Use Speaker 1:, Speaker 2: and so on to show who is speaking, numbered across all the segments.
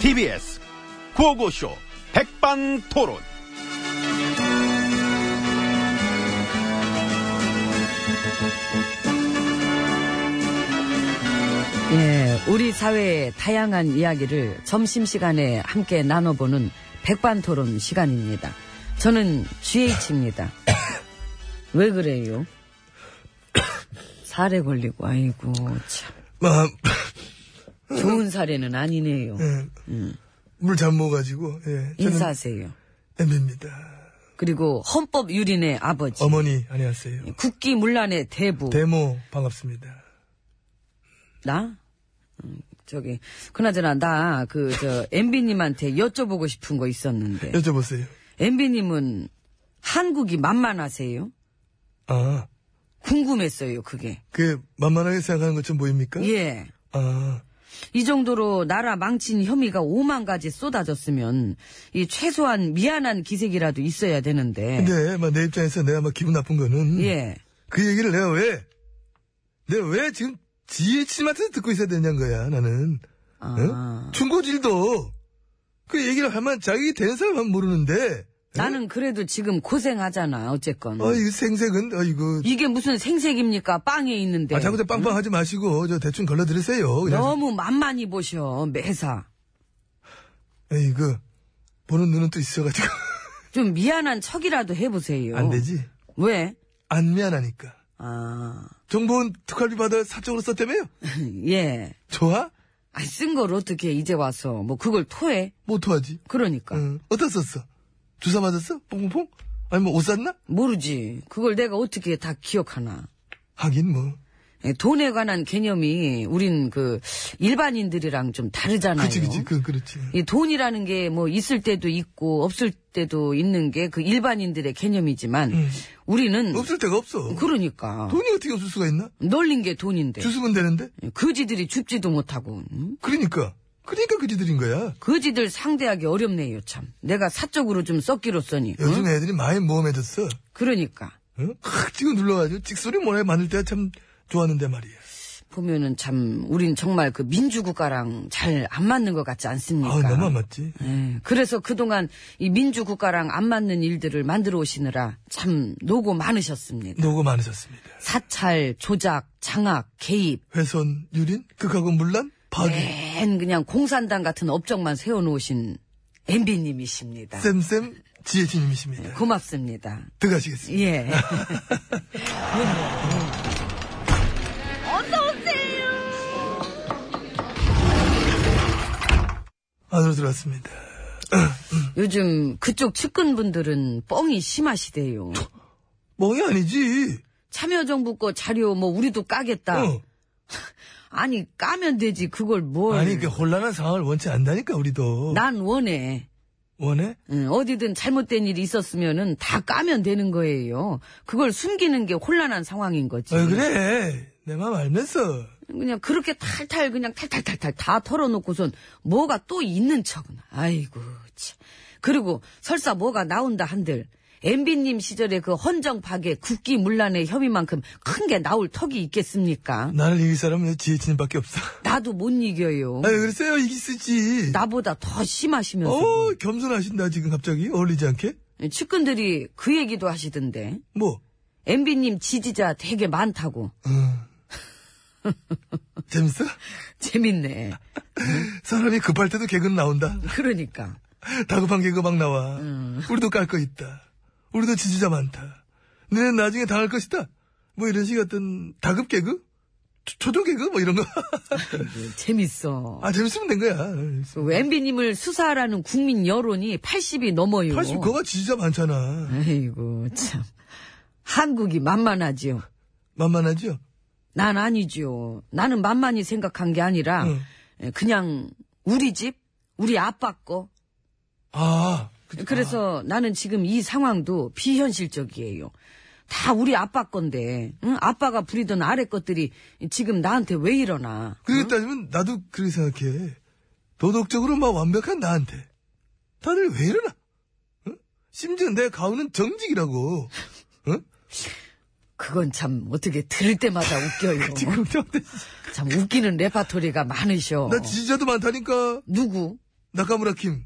Speaker 1: TBS 구호고쇼 백반토론.
Speaker 2: 예, 우리 사회의 다양한 이야기를 점심시간에 함께 나눠보는 백반토론 시간입니다. 저는 GH입니다. 왜 그래요? 살에 걸리고, 아이고, 참.
Speaker 3: 막,
Speaker 2: 좋은 사례는 아니네요.
Speaker 3: 물 잘 먹어가지고, 예. 저는
Speaker 2: 음. 인사하세요.
Speaker 3: 엠비입니다.
Speaker 2: 그리고 헌법 유린의 아버지,
Speaker 3: 어머니, 안녕하세요.
Speaker 2: 국기 문란의 대부,
Speaker 3: 데모, 반갑습니다.
Speaker 2: 나? 음, 저기, 그나저나, 나, 그, 저, MB님한테 여쭤보고 싶은 거 있었는데.
Speaker 3: 여쭤보세요.
Speaker 2: MB님은 한국이 만만하세요?
Speaker 3: 아,
Speaker 2: 궁금했어요, 그게.
Speaker 3: 그, 만만하게 생각하는 것처럼 보입니까?
Speaker 2: 예.
Speaker 3: 아,
Speaker 2: 이 정도로 나라 망친 혐의가 5만 가지 쏟아졌으면, 이 최소한 미안한 기색이라도 있어야 되는데.
Speaker 3: 근데, 막, 내 입장에서 내가 막 기분 나쁜 거는.
Speaker 2: 예.
Speaker 3: 그 얘기를 내가 왜, 내가 왜 지금 GH마트에서 듣고 있어야 되냐는 거야, 나는.
Speaker 2: 아.
Speaker 3: 응? 충고질도, 그 얘기를 하면 자기 되는 사람만 모르는데.
Speaker 2: 나는 그래도 지금 고생하잖아, 어쨌건.
Speaker 3: 어이, 생색은, 어이구.
Speaker 2: 이게 무슨 생색입니까? 빵에 있는데.
Speaker 3: 아, 자꾸 저 빵빵 하지 마시고, 저 대충 걸러드리세요. 그냥
Speaker 2: 네. 너무 만만히 보셔, 매사.
Speaker 3: 에이, 그, 보는 눈은 또 있어가지고.
Speaker 2: 좀 미안한 척이라도 해보세요.
Speaker 3: 안 되지?
Speaker 2: 왜?
Speaker 3: 안 미안하니까.
Speaker 2: 아,
Speaker 3: 정보원 특활비 받아 사적으로 썼다며요?
Speaker 2: 예.
Speaker 3: 좋아?
Speaker 2: 아니, 쓴 걸 어떻게 이제 와서, 뭐, 그걸 토해?
Speaker 3: 뭐 토하지?
Speaker 2: 그러니까.
Speaker 3: 응. 어땠었어? 주사 맞았어? 뽕뽕뽕? 아니, 뭐, 옷 샀나?
Speaker 2: 모르지. 그걸 내가 어떻게 다 기억하나.
Speaker 3: 하긴, 뭐.
Speaker 2: 예, 돈에 관한 개념이 우린 그 일반인들이랑 좀 다르잖아요. 음.
Speaker 3: 그치, 그치, 그, 그렇지.
Speaker 2: 이 돈이라는 게 뭐 있을 때도 있고 없을 때도 있는 게 그 일반인들의 개념이지만 우리는
Speaker 3: 음. 없을 데가 없어.
Speaker 2: 그러니까 네.
Speaker 3: 돈이 어떻게 없을 수가 있나?
Speaker 2: 놀린 게 돈인데 예,
Speaker 3: 주스면 되는데?
Speaker 2: 거지들이 줍지도 못하고 음?
Speaker 3: 그러니까. 그러니까 그지들인 거야.
Speaker 2: 거지들 상대하기 어렵네요 참. 내가 사적으로 좀 썩기로 써니. 응?
Speaker 3: 요즘 애들이 많이 모험해졌어.
Speaker 2: 그러니까
Speaker 3: 응? 확 찍어 눌러가지고 찍소리 뭐라 만들 때가 참 좋았는데 말이야.
Speaker 2: 보면은 참 우린 정말 그 민주국가랑 잘 안 맞는 것 같지 않습니까?
Speaker 3: 아, 너무 안 맞지?
Speaker 2: 예, 그래서 그동안 이 민주국가랑 안 맞는 일들을 만들어 오시느라 참 노고 많으셨습니다.
Speaker 3: 노고 많으셨습니다.
Speaker 2: 사찰, 조작, 장악, 개입,
Speaker 3: 훼손, 유린, 극하고 물란, 파기.
Speaker 2: 맨 그냥 공산당 같은 업적만 세워놓으신 MB님이십니다.
Speaker 3: 쌤쌤 지혜진님이십니다.
Speaker 2: 고맙습니다.
Speaker 3: 들어가시겠습니다.
Speaker 2: 예.
Speaker 3: 안으로 들어왔습니다.
Speaker 2: 요즘 그쪽 측근분들은 뻥이 심하시대요.
Speaker 3: 멍이 아니지.
Speaker 2: 참여정부 거 자료 뭐 우리도 까겠다.
Speaker 3: 어.
Speaker 2: 아니 까면 되지 그걸 뭘.
Speaker 3: 아니 그 혼란한 상황을 원치 않다니까 우리도.
Speaker 2: 난 원해.
Speaker 3: 원해?
Speaker 2: 응, 어디든 잘못된 일이 있었으면은 다 까면 되는 거예요. 그걸 숨기는 게 혼란한 상황인 거지.
Speaker 3: 어, 그래. 내 마음 알면서.
Speaker 2: 냥 그렇게 탈탈 그냥 탈탈탈탈 다 털어놓고선 뭐가 또 있는 척은. 아이고 참. 그리고 설사 뭐가 나온다 한들 MB님 시절에 그 헌정 파괴 국기 문란의 혐의만큼 큰 게 나올 턱이 있겠습니까?
Speaker 3: 나를 이길 사람은 지혜진님밖에 없어.
Speaker 2: 나도 못 이겨요.
Speaker 3: 아유 그랬어요 이기 쓰지.
Speaker 2: 나보다 더 심하시면서
Speaker 3: 어 겸손하신다 지금 갑자기 어울리지 않게.
Speaker 2: 예, 측근들이 그 얘기도 하시던데
Speaker 3: 뭐.
Speaker 2: MB님 지지자 되게 많다고
Speaker 3: 어. 재밌어?
Speaker 2: 재밌네.
Speaker 3: 사람이 급할 때도 개그는 나온다.
Speaker 2: 그러니까.
Speaker 3: 다급한 개그 막 나와. 우리도 깔 거 있다. 우리도 지지자 많다. 너는 나중에 당할 것이다. 뭐 이런 식의 어떤 다급 개그? 초- 초조 개그? 뭐 이런 거.
Speaker 2: 예, 재밌어. 그
Speaker 3: 아, 재밌으면 된 거야.
Speaker 2: 엠비님을 수사하라는 국민 여론이 80이 넘어요.
Speaker 3: 80, 그거가 지지자 많잖아.
Speaker 2: 아이고, 참. 한국이 만만하지요.
Speaker 3: 만만하죠?
Speaker 2: 난 아니지요. 나는 만만히 생각한 게 아니라, 예,
Speaker 3: 응.
Speaker 2: 그냥 우리 집, 우리 아빠 거.
Speaker 3: 아, 그,
Speaker 2: 그래서 나는 지금 이 상황도 비현실적이에요. 다 우리 아빠 건데, 응? 아빠가 부리던 아래 것들이 지금 나한테 왜 이러나.
Speaker 3: 그렇게 따지면 나도 그렇게 생각해. 도덕적으로 막 완벽한 나한테. 다들 왜 이러나? 응? 심지어 내 가훈은 정직이라고. 응?
Speaker 2: 그건 참 어떻게 들을 때마다 웃겨요.
Speaker 3: 지금 걱정돼.
Speaker 2: 참 웃기는 레파토리가 많으셔.
Speaker 3: 나 지지자도 많다니까.
Speaker 2: 누구?
Speaker 4: 나카무라 킴,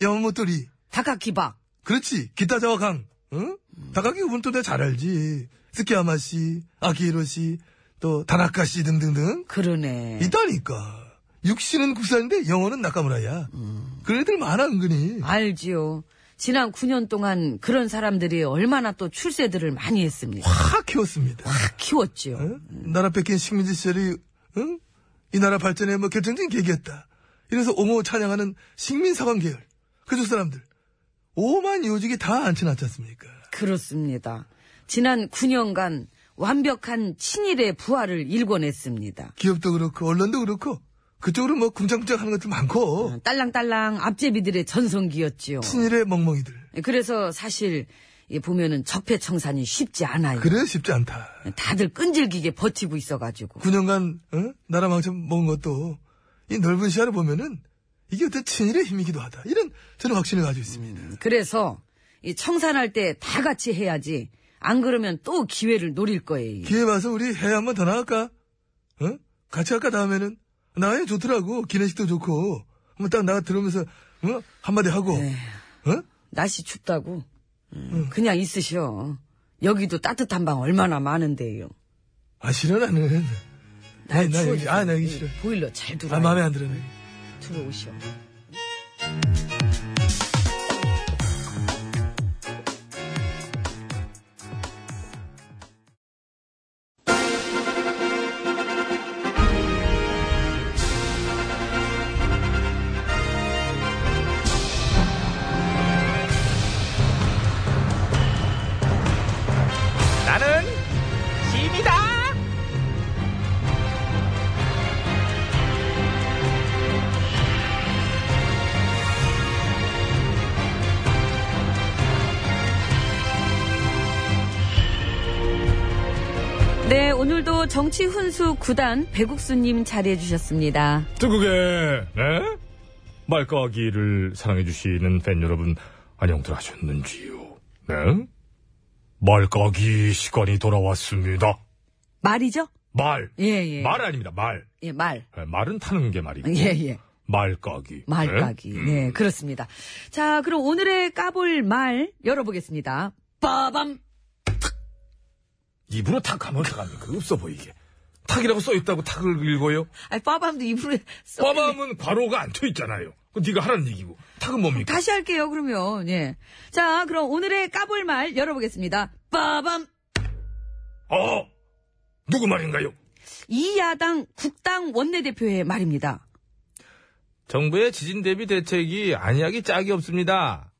Speaker 4: 야마모토리.
Speaker 2: 다카키박.
Speaker 4: 그렇지. 기타자와 강. 응? 다가기 부분 또 내가 잘 알지. 스키야마 씨, 아키히로 씨, 또 다나카 씨 등등등.
Speaker 2: 그러네.
Speaker 4: 있다니까. 육씨는 국산인데 영어는 나카무라야. 그런 애들 많아 은근히.
Speaker 2: 알지요. 지난 9년 동안 그런 사람들이 얼마나 또 출세들을 많이 했습니까?
Speaker 4: 확 키웠습니다.
Speaker 2: 확 키웠지요.
Speaker 4: 응? 나라 뺏긴 식민지 시절이 응? 이 나라 발전에 뭐 결정적인 계기였다. 이래서 옹호 찬양하는 식민사관 계열 그쪽 사람들 오만 요직이 다 앉혀놨지 않습니까?
Speaker 2: 그렇습니다. 지난 9년간 완벽한 친일의 부활을 일궈냈습니다.
Speaker 4: 기업도 그렇고 언론도 그렇고 그쪽으로 뭐 궁장궁장하는 것도 많고
Speaker 2: 딸랑딸랑 앞제비들의 전성기였지요.
Speaker 4: 친일의 멍멍이들
Speaker 2: 그래서 사실 이 보면은 적폐청산이 쉽지 않아요.
Speaker 4: 그래 쉽지 않다.
Speaker 2: 다들 끈질기게 버티고 있어가지고
Speaker 4: 9년간 응? 나라 망쳐 먹은 것도 이 넓은 시야를 보면은 이게 어떤 친일의 힘이기도 하다. 이런 저는 확신을 가지고 있습니다.
Speaker 2: 그래서 이 청산할 때 다 같이 해야지 안 그러면 또 기회를 노릴 거예요.
Speaker 4: 기회 봐서 우리 해외 한번 더 나갈까? 응? 같이 할까 다음에는? 나가면 좋더라고. 기내식도 좋고. 한번 딱 나가 들어오면서 응? 한마디 하고.
Speaker 2: 네.
Speaker 4: 어? 응?
Speaker 2: 날씨 춥다고 음, 그냥 있으셔. 여기도 따뜻한 방 얼마나 많은데요.
Speaker 4: 아 싫어 나는.
Speaker 2: 날
Speaker 4: 나
Speaker 2: 추워
Speaker 4: 여기- 아, 나 여기 싫어.
Speaker 2: 보일러 잘 들어.
Speaker 4: 아 마음에 안 들어. 나.
Speaker 2: 들어오셔.
Speaker 1: 나는 짐이다.
Speaker 2: 네, 오늘도 정치 훈수 구단 배국수님 자리해 주셨습니다.
Speaker 3: 뜨국의 네? 말까기를 사랑해주시는 팬 여러분 안녕들 하셨는지요? 네? 말까기 시간이 돌아왔습니다.
Speaker 2: 말이죠?
Speaker 3: 말.
Speaker 2: 예, 예.
Speaker 3: 말 아닙니다. 말.
Speaker 2: 예, 말.
Speaker 3: 네, 말은 타는 게 말이고.
Speaker 2: 예, 예.
Speaker 3: 말까기.
Speaker 2: 말까기.
Speaker 3: 네?
Speaker 2: 네, 그렇습니다. 자, 그럼 오늘의 까볼 말 열어보겠습니다. 빠밤!
Speaker 3: 입으로 탁 하면 어떡합니까? 없어 보이게. 탁이라고 써있다고 탁을 읽어요?
Speaker 2: 아니, 빠밤도 입으로 써.
Speaker 3: 꽈밤은 괄호가 안 쳐있잖아요. 그 네가 하라는 얘기고. 탁은 뭡니까?
Speaker 2: 다시 할게요, 그러면. 예. 자, 그럼 오늘의 까볼 말 열어보겠습니다. 빠밤!
Speaker 3: 어! 누구 말인가요?
Speaker 2: 이 야당 국당 원내대표의 말입니다.
Speaker 3: 정부의 지진 대비 대책이 안약이 짝이 없습니다.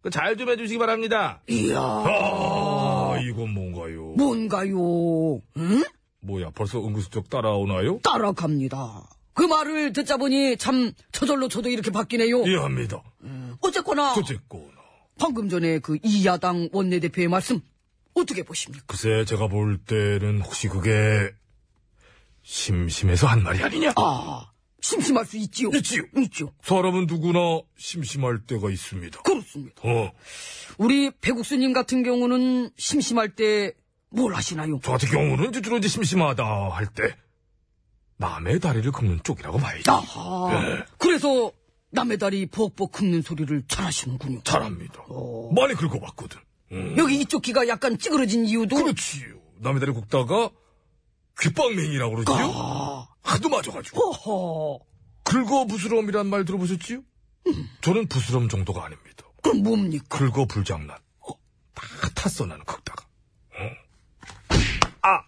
Speaker 3: 그 잘 좀 해주시기 바랍니다.
Speaker 2: 이야.
Speaker 3: 아, 이건 뭔가요?
Speaker 2: 뭐? 뭔가요? 응?
Speaker 3: 뭐야, 벌써 은근슬쩍 따라오나요?
Speaker 2: 따라갑니다. 그 말을 듣자 보니 참 저절로 저도 이렇게 바뀌네요.
Speaker 3: 이해합니다.
Speaker 2: 어쨌거나
Speaker 3: 어쨌거나.
Speaker 2: 방금 전에 그 이야당 원내대표의 말씀 어떻게 보십니까?
Speaker 3: 글쎄, 제가 볼 때는 혹시 그게 심심해서 한 말이 아니냐?
Speaker 2: 아, 심심할 수 있지요.
Speaker 3: 있지요.
Speaker 2: 있지요.
Speaker 3: 사람은 누구나 심심할 때가 있습니다.
Speaker 2: 그렇습니다.
Speaker 3: 어,
Speaker 2: 우리 배국수님 같은 경우는 심심할 때 뭘 하시나요?
Speaker 3: 저 같은 경우는 이제 주로 이제 심심하다 할 때 남의 다리를 긁는 쪽이라고 봐야지.
Speaker 2: 아하.
Speaker 3: 예.
Speaker 2: 그래서 남의 다리 벅벅 긁는 소리를 잘 하시는군요.
Speaker 3: 잘합니다. 많이 긁어봤거든.
Speaker 2: 여기 이쪽 귀가 약간 찌그러진 이유도
Speaker 3: 그렇지요. 남의 다리 굽다가 귓방맹이라고 그러지요? 하도 맞아가지고.
Speaker 2: 허허.
Speaker 3: 긁어 부스럼이란 말 들어보셨지요? 저는 부스럼 정도가 아닙니다.
Speaker 2: 그럼 뭡니까?
Speaker 3: 긁어 불장난. 어, 다 탔어 나는 긁다가. 어. 아!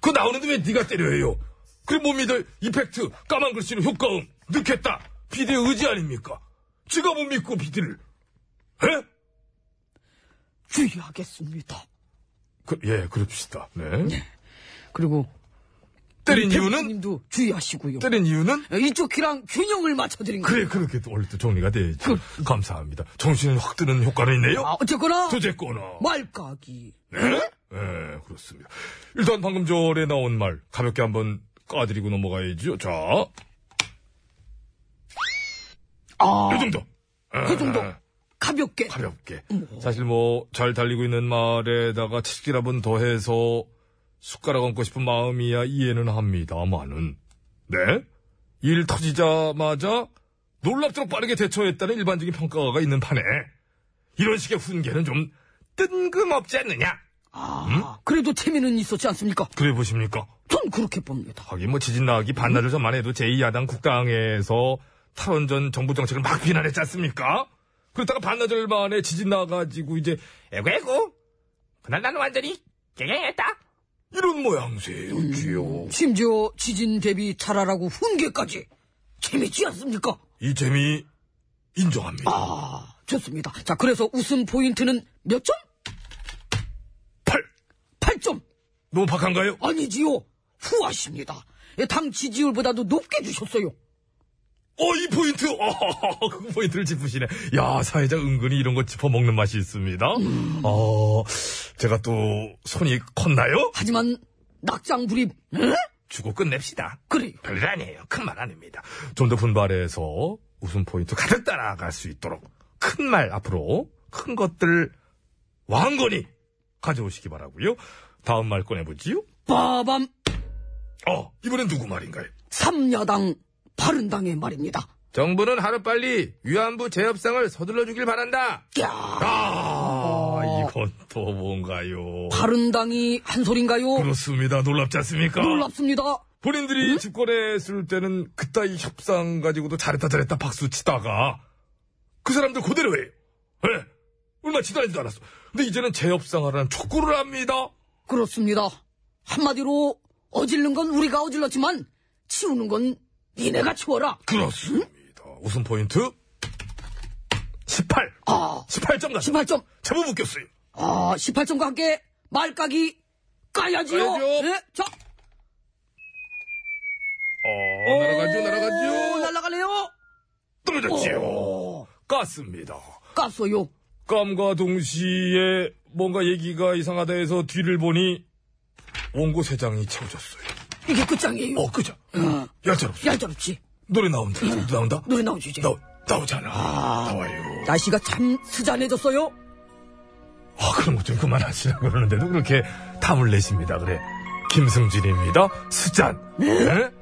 Speaker 3: 그 나오는데 왜 네가 때려요? 그리고 못 믿을 이펙트, 까만 글씨는 효과음, 늦겠다. 비디의 의지 아닙니까? 지가 못 믿고 비디를. 에?
Speaker 2: 주의하겠습니다.
Speaker 3: 그, 예, 그럽시다. 네.
Speaker 2: 그리고
Speaker 3: 때린
Speaker 2: 우리
Speaker 3: 이유는?
Speaker 2: 배국수님도 주의하시고요. 어,
Speaker 3: 때린 이유는?
Speaker 2: 이쪽 귀랑 균형을 맞춰드린 거예요.
Speaker 3: 그래, 그렇게 또 원래 또 정리가 되죠. 감사합니다. 정신을 확 드는 효과는 있네요.
Speaker 2: 아, 뭐? 어쨌거나
Speaker 3: 도제거나.
Speaker 2: 말까기.
Speaker 3: 예, 그렇습니다. 일단 방금 전에 나온 말 가볍게 한번 까드리고 넘어가야죠. 자. 이 정도.
Speaker 2: 그 정도 가볍게.
Speaker 3: 아. 가볍게. 사실 뭐 잘 달리고 있는 말에다가 치질 한번 더해서 숟가락 얹고 싶은 마음이야 이해는 합니다만은. 네? 일 터지자마자 놀랍도록 빠르게 대처했다는 일반적인 평가가 있는 판에 이런 식의 훈계는 좀 뜬금없지 않느냐? 음?
Speaker 2: 아, 그래도 재미는 있었지 않습니까?
Speaker 3: 그래 보십니까?
Speaker 2: 전 그렇게 봅니다.
Speaker 3: 하긴 뭐 지진 나기 반나절 전만 해도 제2야당 국당에서 탈원전 정부 정책을 막 비난했지 않습니까? 그러다가 반나절 만에 지진 나가지고 이제 에고 에고 그날 나는 완전히 개개했다 이런 모양새였지요.
Speaker 2: 심지어 지진 대비 잘하라고 훈계까지 재밌지 않습니까?
Speaker 3: 이 재미 인정합니다.
Speaker 2: 아, 좋습니다. 자, 그래서 웃음 포인트는 몇 점?
Speaker 3: 팔
Speaker 2: 8점!
Speaker 3: 너무 박한가요?
Speaker 2: 아니지요. 후하십니다. 예, 당 지지율보다도 높게 주셨어요.
Speaker 3: 어, 이 포인트! 어, 그 포인트를 짚으시네. 야, 사회자 은근히 이런 거 짚어먹는 맛이 있습니다. 어, 제가 또 손이 컸나요?
Speaker 2: 하지만 낙장불입 에?
Speaker 3: 주고 끝냅시다.
Speaker 2: 그래요.
Speaker 3: 별일 아니에요. 큰 말 아닙니다. 좀 더 분발해서 웃음 포인트 가득 따라갈 수 있도록 큰 말 앞으로 큰 것들 왕건히 가져오시기 바라고요 다음 말 꺼내보지요.
Speaker 2: 빠밤
Speaker 3: 어, 이번엔 누구 말인가요?
Speaker 2: 삼야당 바른당의 말입니다.
Speaker 3: 정부는 하루빨리 위안부 재협상을 서둘러 주길 바란다.
Speaker 2: 야,
Speaker 3: 아, 이건 또 뭔가요?
Speaker 2: 바른당이 한 소린가요?
Speaker 3: 그렇습니다. 놀랍지 않습니까?
Speaker 2: 놀랍습니다.
Speaker 3: 본인들이 집권했을 때는 그따위 협상 가지고도 잘했다 잘했다 박수 치다가 그 사람들 그대로 해요. 예. 얼마 지달지도 않았어. 근데 이제는 재협상하라는 촉구를 합니다.
Speaker 2: 그렇습니다. 한마디로 어질른 건 우리가 어질렀지만 치우는 건 니네가 치워라.
Speaker 3: 그렇습니다. 우승 포인트 18.
Speaker 2: 아,
Speaker 3: 18점 나.
Speaker 2: 18점.
Speaker 3: 제법 웃겼어요.
Speaker 2: 아, 18점과 함께 말까기 까야지요.
Speaker 3: 까야죠.
Speaker 2: 예, 자,
Speaker 3: 어, 날아가지요,
Speaker 2: 오,
Speaker 3: 날아가지요.
Speaker 2: 뭐 날아가네요.
Speaker 3: 떨어졌지요. 깠습니다.
Speaker 2: 깠어요.
Speaker 3: 감과 동시에 뭔가 얘기가 이상하다 해서 뒤를 보니 원고 세 장이 채워졌어요.
Speaker 2: 이게 끝장이에요.
Speaker 3: 어, 그죠? 얄짤없어.
Speaker 2: 얄짤없지.
Speaker 3: 노래 나온다. 나온다?
Speaker 2: 노래 나오지 이제.
Speaker 3: 나오, 나오잖아. 나와요.
Speaker 2: 날씨가 참 스잔해졌어요.
Speaker 3: 아, 그런 것 좀 그만하시라고 그러는데도 그렇게 탐을 내십니다. 그래. 김승진입니다. 수잔. 네?